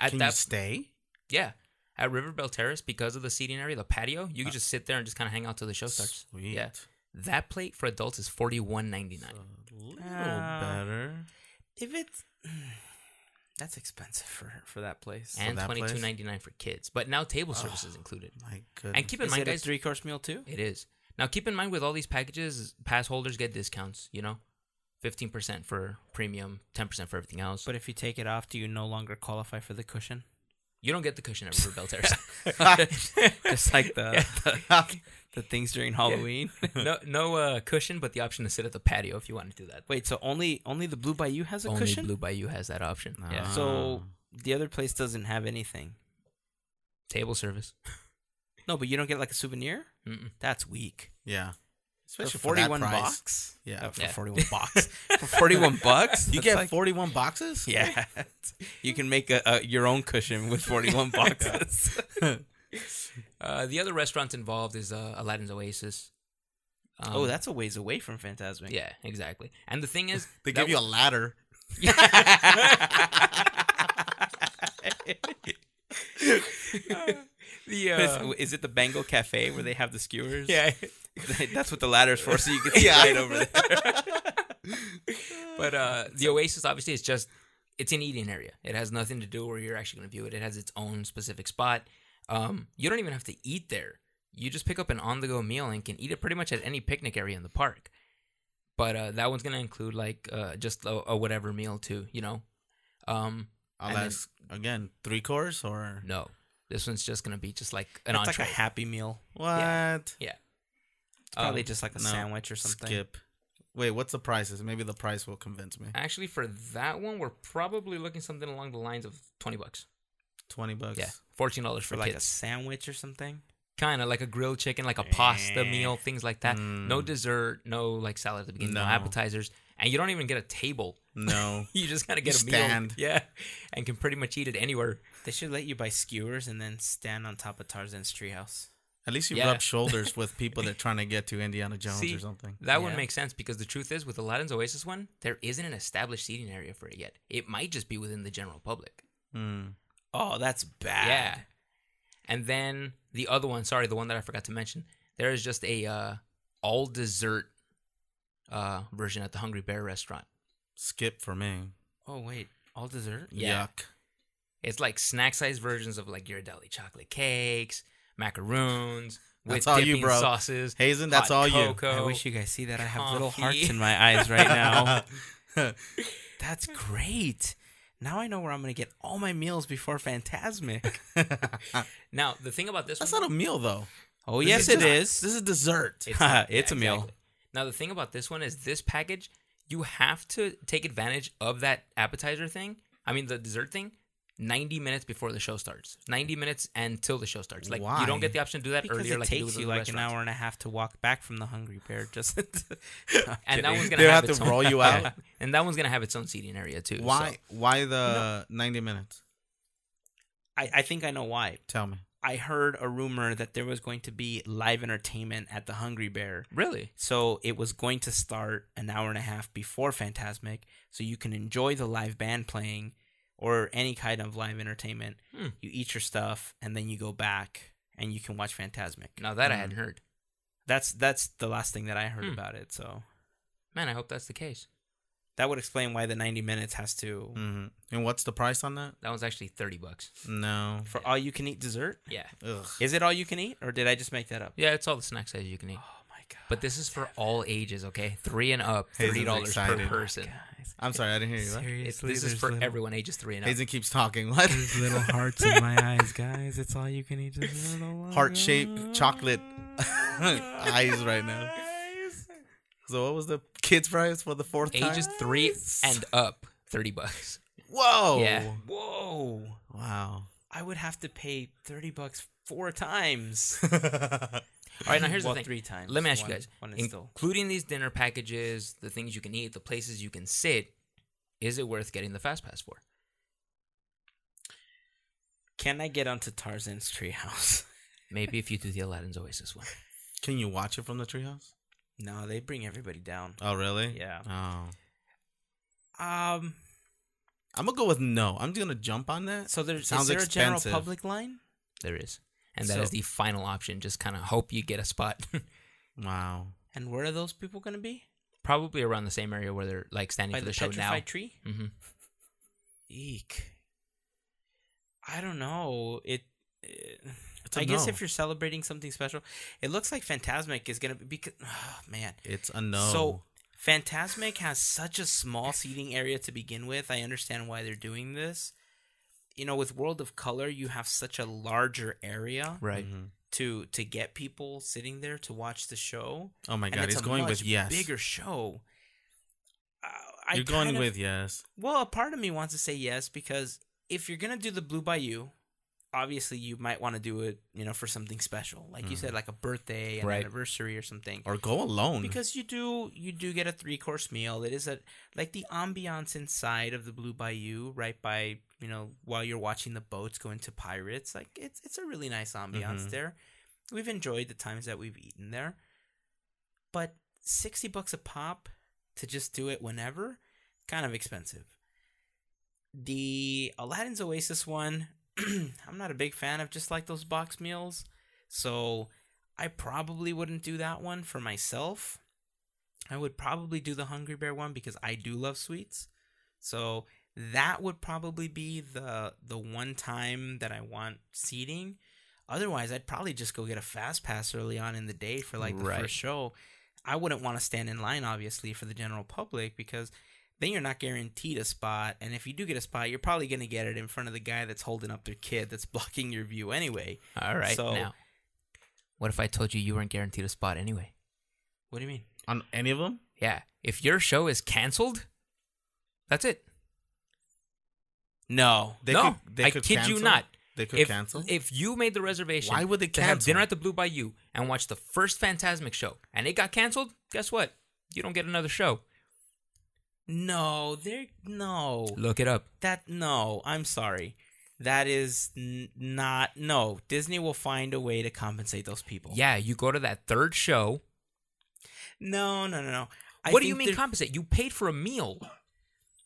At Can that you stay? yeah. At Riverbell Terrace, because of the seating area, the patio, you can just sit there and just kind of hang out till the show starts. Sweet. Yeah. That plate for adults is forty one ninety nine. A little Uh, better. If it's [sighs] that's expensive for for that place. and that twenty place? two ninety nine for kids. But now table service is included. My goodness. And keep in is mind, it a guys, three course meal too? it is. Now keep in mind with all these packages, pass holders get discounts. You know, fifteen percent for premium, ten percent for everything else. But But if you take it off, do you no longer qualify for the cushion? you don't get the cushion at Riverbell Terrace. [laughs] [laughs] Just like the the, the things during Halloween. [laughs] no, no uh, cushion, but the option to sit at the patio if you want to do that. Wait, so only only the Blue Bayou has a Only cushion? Blue Bayou has that option. Yeah, Ah. So the other place doesn't have anything. table service. No, but you don't get like a souvenir? Mm-mm. That's weak. yeah. Especially for forty-one for that price. bucks. Yeah, Oh, for yeah. forty-one bucks. For [laughs] forty-one bucks, you That's get like- forty-one boxes. yeah. [laughs] you can make a, a your own cushion with [laughs] forty-one Um, boxes. [laughs] Uh, the other restaurants involved is uh, Aladdin's Oasis. Um, oh, that's a ways away from Fantasmic. [laughs] yeah, [laughs] exactly. And the thing is, They that give you a ladder. the [laughs] uh, Is, is it the Bengal Cafe where they have the skewers? yeah, [laughs] that's what the ladder's for, so you can see right over there. but uh, the Oasis obviously is just it's an eating area. It has nothing to do where you're actually going to view it. It has its own specific spot. Um, you don't even have to eat there. You just pick up an on-the-go meal and can eat it pretty much at any picnic area in the park. But uh, that one's going to include like uh, just a, a whatever meal too. You know, um, I'll And then- ask again, three course or no, this one's just going to be just like an It's like a entree. Happy Meal. what? Yeah. It's probably Um, just like a no. sandwich or something. Skip. Wait, what's the prices? Maybe the price will convince me. Actually, for that one, we're probably looking something along the lines of twenty bucks. Twenty bucks. Yeah, fourteen dollars for for, like a kids. sandwich or something. kind of like a grilled chicken, like a pasta Eh. meal, things like that. No Mm. dessert, no like salad at the beginning, no. No. appetizers, and you don't even get a table. [laughs] No. You just gotta get You a stand. meal, yeah, and can pretty much eat it anywhere. They should let you buy skewers and then stand on top of Tarzan's treehouse. At least you Yeah. rub shoulders with people that are trying to get to Indiana Jones See, or something. That one Yeah. makes sense because the truth is, with Aladdin's Oasis one, there isn't an established seating area for it yet. It might just be within the general public. Mm. Oh, that's bad. Yeah. And then the other one, sorry, the one that I forgot to mention, there is just a uh, all dessert uh, version at the Hungry Bear restaurant. Skip for me. Oh wait, all dessert? Yeah. Yuck. It's like snack size versions of like Ghirardelli chocolate cakes, macaroons, with That's all you, dipping bro. sauces. Hazen, that's hot all cocoa. I wish you guys see that. I have little Coffee. hearts in my eyes right now. you. that's great. Now I know where I'm gonna get all my meals before Fantasmic. Now the thing about [laughs] this that's one, not a meal though. Oh This yes, is it just- is. This is dessert. It's, Ha, not- [laughs] it's a meal. Now the thing about this one is this package, you have to take advantage of that appetizer thing. I mean the dessert thing. 90 minutes before the show starts. 90 minutes until the show starts. Like you don't Why? get the option to do that because earlier it like do with takes you other like an restaurants. hour and a half to walk back from the Hungry Bear. Just [laughs] And that one's going They'll have, have to its own- roll you out. [laughs] and that one's going to have its own seating area too. Why? so- Why the ninety minutes? I, I think I know why. Tell me. I heard a rumor that there was going to be live entertainment at the Hungry Bear. Really? So it was going to start an hour and a half before Fantasmic, so you can enjoy the live band playing or any kind of live entertainment. Hmm. You eat your stuff and then you go back and you can watch Fantasmic. Now that I Mm. hadn't heard. That's that's the last thing that I heard Hmm. about it. So Man, I hope that's the case. that would explain why the 90 minutes has to hmm And what's the price on that? That one's actually 30 bucks. No. for all you can eat dessert. Yeah. Ugh. Is it all you can eat or did I just make that up? Yeah, it's all the snack sizes you can eat. Oh my god. But this is for all ages, okay? Three and up, Hazen's $30 per excited. person. Guys, I'm sorry, I didn't hear you. What? It's, seriously, this is there's for little- everyone ages three and up. Hazen keeps talking. What? [laughs] There's little hearts in my eyes, guys. It's all you can eat. Heart shaped [laughs] chocolate eyes right now. So what was the kids price for the fourth time? Ages three and up, 30 bucks. Whoa. Yeah. Whoa! Wow. [laughs] I would have to pay thirty bucks four times. All right, now here's well, the thing. three times. Let me ask One- you guys, One is still. including these dinner packages, the things you can eat, the places you can sit, is it worth getting the fast pass for? Can I get onto Tarzan's treehouse? [laughs] Maybe if you do the Aladdin's Oasis one. Can you watch it from the treehouse? no, they bring everybody down. Oh really? Yeah. Oh. Um. I'm gonna go with no. I'm gonna jump on that. So there's Sounds is there a general expensive. public line? There is. And that is So- the final option. Just kind of hope you get a spot. [laughs] Wow. And where are those people going to be? Probably around the same area where they're like standing By for the, the, show petrified tree? now. hmm Eek. I don't know. It. eh, It's a I guess no. if you're celebrating something special, it looks like Fantasmic is gonna be because [sighs] oh man, It's a no. So Fantasmic has such a small seating area to begin with. I understand why they're doing this. You know, with World of Color, you have such a larger area Right. Mhm. to to get people sitting there to watch the show. Oh my And god, it's he's a going much with yes. Bigger show. Uh, I You're going kind of- with yes. well, a part of me wants to say yes because if you're gonna do the Blue Bayou, obviously you might want to do it, you know, for something special, like you said, like a birthday, an Right. anniversary, or something. or go alone. because you do you do get a three course meal. It is a like the ambiance inside of the Blue Bayou, right by you know while you're watching the boats go into pirates. Like it's it's a really nice ambiance Mhm. there. We've enjoyed the times that we've eaten there, but sixty bucks a pop to just do it whenever, kind of expensive. The Aladdin's Oasis one, [clears throat] I'm not a big fan of just like those box meals. So I probably wouldn't do that one for myself. I would probably do the Hungry Bear one because I do love sweets. So that would probably be the the one time that I want seating. Otherwise, I'd probably just go get a fast pass early on in the day for like the Right. first show. I wouldn't want to stand in line obviously for the general public because then you're not guaranteed a spot and if you do get a spot, you're probably going to get it in front of the guy that's holding up their kid that's [laughs] blocking your view anyway. Mm-hmm. All right. So- now, what if I told you you weren't guaranteed a spot anyway? What do you mean? on any of them, Yeah. If your show is canceled, that's it. No. they no, could, they I could kid cancel. you not. They could if, cancel. If you made the reservation, Why would they to have dinner cancel? at the Blue Bayou and watch the first Fantasmic show, and it got canceled? Guess what? You don't get another show. No, there. No, Look it up. that no. I'm sorry. That is n- not no. Disney will find a way to compensate those people. Yeah, you go to that third show. No, no, no, no. I what do you think mean they're- compensate? You paid for a meal.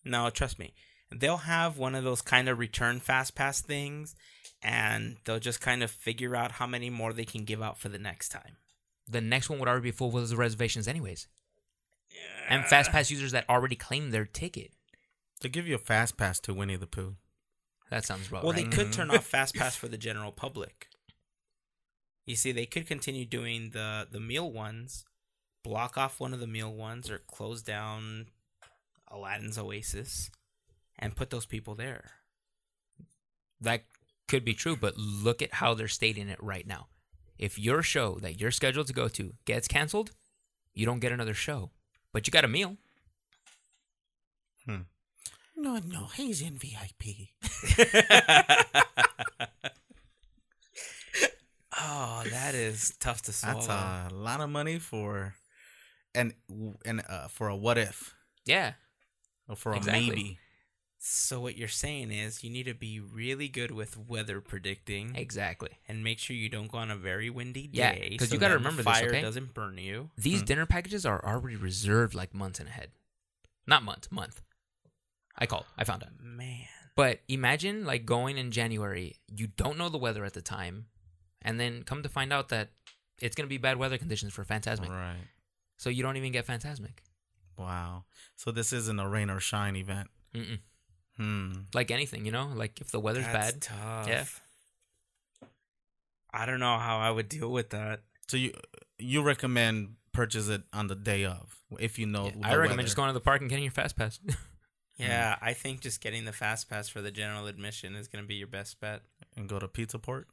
No, trust me. They'll have one of those kind of return fast pass things, and they'll just kind of figure out how many more they can give out for the next time. The next one would already be full with reservations, anyways. And fast pass users that already claimed their ticket. they give you a fast pass to Winnie the Pooh. That sounds about Well, right. they could turn off fast pass for the general public. You see, they could continue doing the the meal ones, block off one of the meal ones, or close down Aladdin's Oasis, and put those people [laughs] there. that could be true, but look at how they're stating it right now. If your show that you're scheduled to go to gets canceled, you don't get another show, but you got a meal. No, no, he's in VIP. Oh, that is tough to swallow. That's uh, a lot of money for, and and uh, for a what if Yeah. or for a Exactly. maybe. so what you're saying is you need to be really good with weather Mm-hmm. predicting Exactly. and make sure you don't go on a very windy Yeah, day 'cause so you gotta then the remember this, fire okay? doesn't burn you. Mm. These dinner packages are already reserved like months in ahead. Not month, month. I called. I found out. Man. But imagine like going in January, you don't know the weather at the time, and then come to find out that it's going to be bad weather conditions for Fantasmic. Right. So you don't even get Fantasmic. Wow. So this isn't a rain or shine event. Mm-mm. Hmm. Like anything, you know? Like if the weather's That's bad. Tough. Yeah. I don't know how I would deal with that. So you you recommend purchase it on the day of if you know. Yeah, the I recommend weather. just going to the park and getting your fast pass. [laughs] Hmm. Yeah, I think just getting the fast pass for the general admission is going to be your best bet. and go to Pizza Port.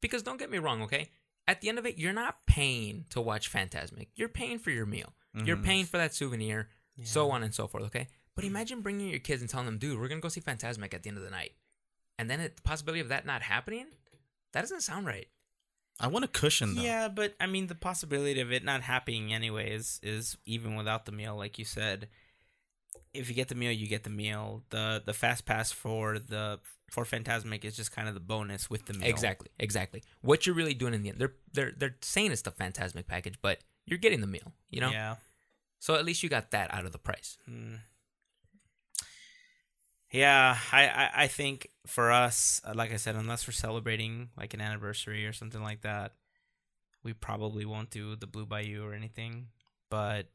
because don't get me wrong, okay? At the end of it, you're not paying to watch Fantasmic. You're paying for your meal. You're Mhm. paying for that souvenir, so on and so forth, okay? But imagine bringing your kids and telling them, dude, we're going to go see Fantasmic at the end of the night. And then it, the possibility of that not happening, that doesn't sound right. I want a cushion though. Yeah, but I mean, the possibility of it not happening anyways is even without the meal, like you said. If you get the meal, you get the meal. the The fast pass for the for Fantasmic is just kind of the bonus with the meal. Exactly, exactly. What you're really doing in the end, they're, they're, they're saying it's the Fantasmic package, but you're getting the meal, you know? Yeah. So at least you got that out of the price. Mm. Yeah, I, I, I think for us, uh, like I said, unless we're celebrating like an anniversary or something like that, we probably won't do the Blue Bayou or anything. But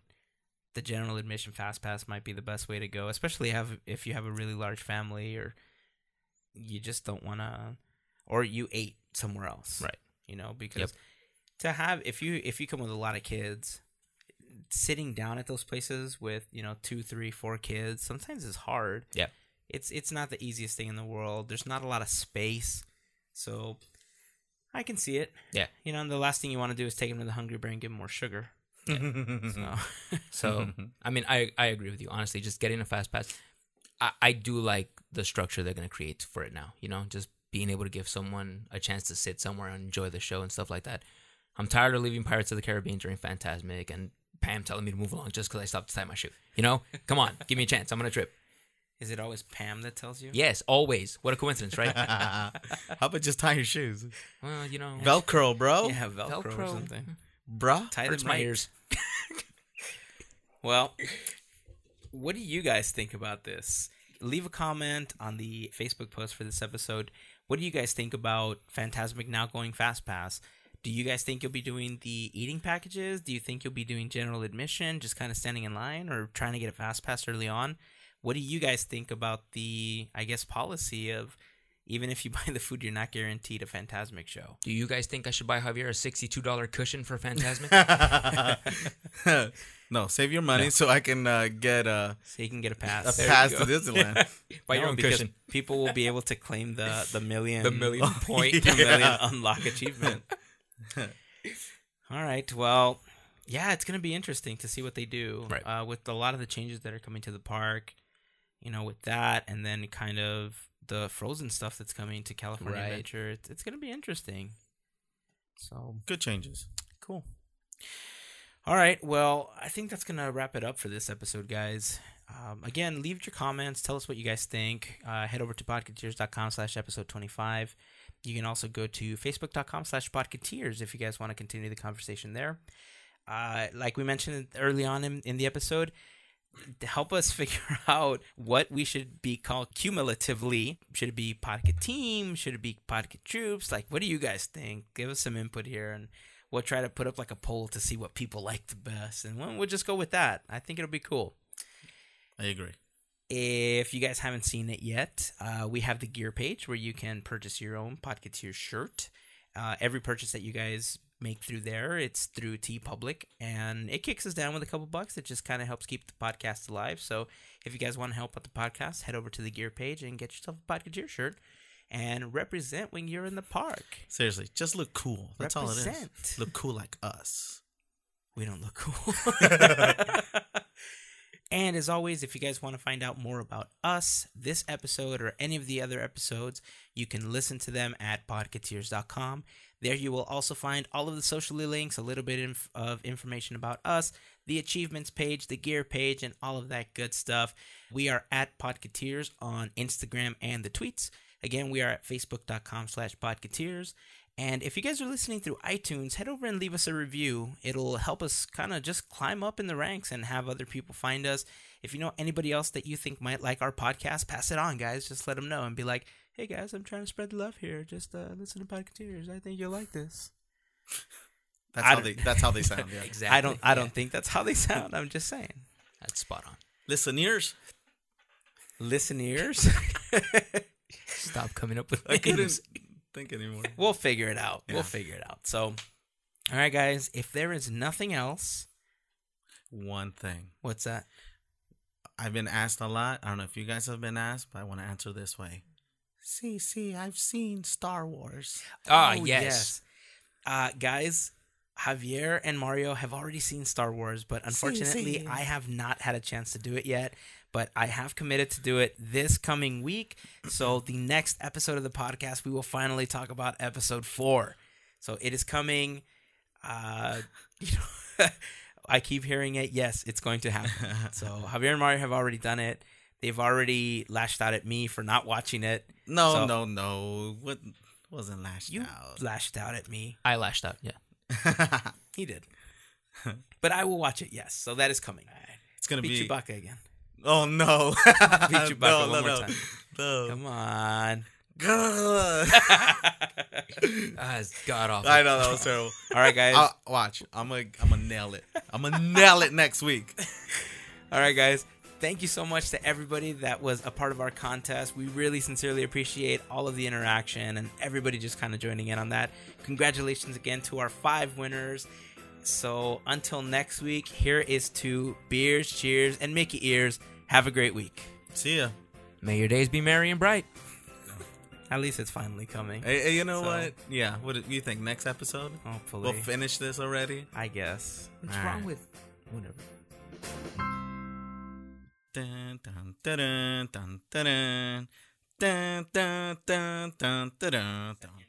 the general admission fast pass might be the best way to go, especially have if you have a really large family or you just don't want to, or you ate somewhere else, Right. You know, because to have if you if you come with a lot of kids, sitting down at those places with you know two three four kids sometimes is hard Yeah. it's it's not the easiest thing in the world there's not a lot of space so i can see it Yeah. you know and the last thing you want to do is take them to the hungry bear and give them more sugar [laughs] so So I mean, I I agree with you honestly. Just getting a fast pass, I I do like the structure they're gonna create for it now. You know, just being able to give someone a chance to sit somewhere and enjoy the show and stuff like that. I'm tired of leaving Pirates of the Caribbean during Fantasmic and Pam telling me to move along just because I stopped to tie my shoe. You know, come on, give me a chance. I'm on a trip. Is it always Pam that tells you? Yes, always. What a coincidence, [laughs] right? How about just tie your shoes? well, you know, Velcro, bro. Yeah, Velcro, or Velcro. something. Bruh. Tie hurts them my right. ears. Well, what do you guys think about this? Leave a comment on the Facebook post for this episode. What do you guys think about Fantasmic now going Fast Pass? Do you guys think you'll be doing the eating packages? Do you think you'll be doing general admission, just kind of standing in line or trying to get a Fast Pass early on? What do you guys think about the, I guess, policy of even if you [laughs] buy the food, you're not guaranteed a Fantasmic show? Do you guys think I should buy Javier a sixty-two dollar cushion for Fantasmic? [laughs] [laughs] no, save your money so I can uh, get uh, So you can get a a pass. pass to Disneyland. [laughs] buy No, your own because cushion. [laughs] People will be able to claim [laughs] the the million [laughs] The million [laughs] point. the million Yeah. unlock [laughs] achievement. All right. Well, yeah, it's gonna be interesting to see what they do Right. uh, with a lot of the changes that are coming to the park. You know, with that, and then kind of the frozen stuff that's coming to California Right. Adventure. It's, it's gonna be interesting. So Good changes. Cool. All right. Well, I think that's going to wrap it up for this episode, guys. Um, again, leave your comments. Tell us what you guys think. Uh, head over to podcateers.com slash episode 25. You can also go to facebook.com slash podcateers if you guys want to continue the conversation there. Uh, like we mentioned early on in, in the episode, to help us [laughs] figure out what we should be called cumulatively. Should it be Podcat Team? Should it be Podcat Troops? Like, what do you guys think? Give us some input here, and we'll try to put up like a poll to see what people like the best, and we'll, we'll just go with that. I think it'll be cool. I agree. If you guys haven't seen it yet, uh, we have the gear page where you can purchase your own Podcateer shirt. Uh, every purchase that you guys make through there, it's through T Public, and it kicks us down with a couple bucks. It just kind of helps keep the podcast alive. So if you guys want to help out the podcast, head over to the gear page and get yourself a Podcateer shirt and represent when you're in the park. Seriously, just look cool. That's all it Represent. is. Look cool like us. we don't look cool. and as always, if you guys want to find out more about us, this episode, or any of the other episodes, you can listen to them at podcateers.com. There you will also find all of the socially links, a little bit inf- of information about us, the achievements page, the gear page, and all of that good stuff. We are at Podcateers on Instagram and the tweets. Again, we are at facebook.com slash podcateers. And if you guys are listening through iTunes, head over and leave us a review. It'll help us kind of just climb up in the ranks and have other people find us. If you know anybody else that you think might like our podcast, pass it on, guys. Just let them know and be like, hey, guys, I'm trying to spread the love here. Just uh, listen to Podcateers. I think you'll like this. That's I how they. don't- That's how they [laughs] sound. Yeah. exactly. I don't. I don't think that's how they sound. I'm just saying. That's spot on. [laughs] Listeners, Listeners, Stop coming up with I couldn't names. think anymore. [laughs] we'll figure it out. We'll Yeah. figure it out. So, all right, guys. If there is nothing else, One thing what's that? I've been asked a lot. I don't know if you guys have been asked, but I want to answer this way. See, see, I've seen Star Wars. Ah, Oh, yes. Uh, guys, Javier and Mario have already seen Star Wars, but unfortunately, si. I have not had a chance to do it yet. But I have committed to do it this coming week. So, the next episode of the podcast, we will finally talk about episode four. So, it is coming. Uh, [laughs] you know, [laughs] I keep hearing it. Yes, it's going to happen. [laughs] So, Javier and Mario have already done it. They've already lashed out at me for not watching it. No, So- no, no. What wasn't lashed You out? lashed out at me. I lashed out. Yeah. He did. but I will watch it, yes. So that is coming. [laughs] it's gonna Beat be. Chewbacca again. Oh no! [laughs] Beat Chewbacca No, one no, more no. time. No. Come [laughs] on. Grrr. Ah, it's god awful. [laughs] I know that was terrible. All right, guys. I'll, watch, I'm gonna, I'm gonna nail it. I'm gonna nail it next week. All right, guys. Thank you so much to everybody that was a part of our contest. We really sincerely appreciate all of the interaction and everybody just kind of joining in on that. Congratulations again to our five winners. So until next week, here is to beers, cheers, and Mickey ears. Have a great week. See ya. May your days be merry and bright. At least it's finally coming. Hey, hey, you know So- what? Yeah. What do you think? Next episode? Hopefully. We'll finish this already. I guess. What's All wrong right. with whatever? Dun, dun, dun, dun, dun, dun. Dun, dun, dun, dun, dun, dun, dun.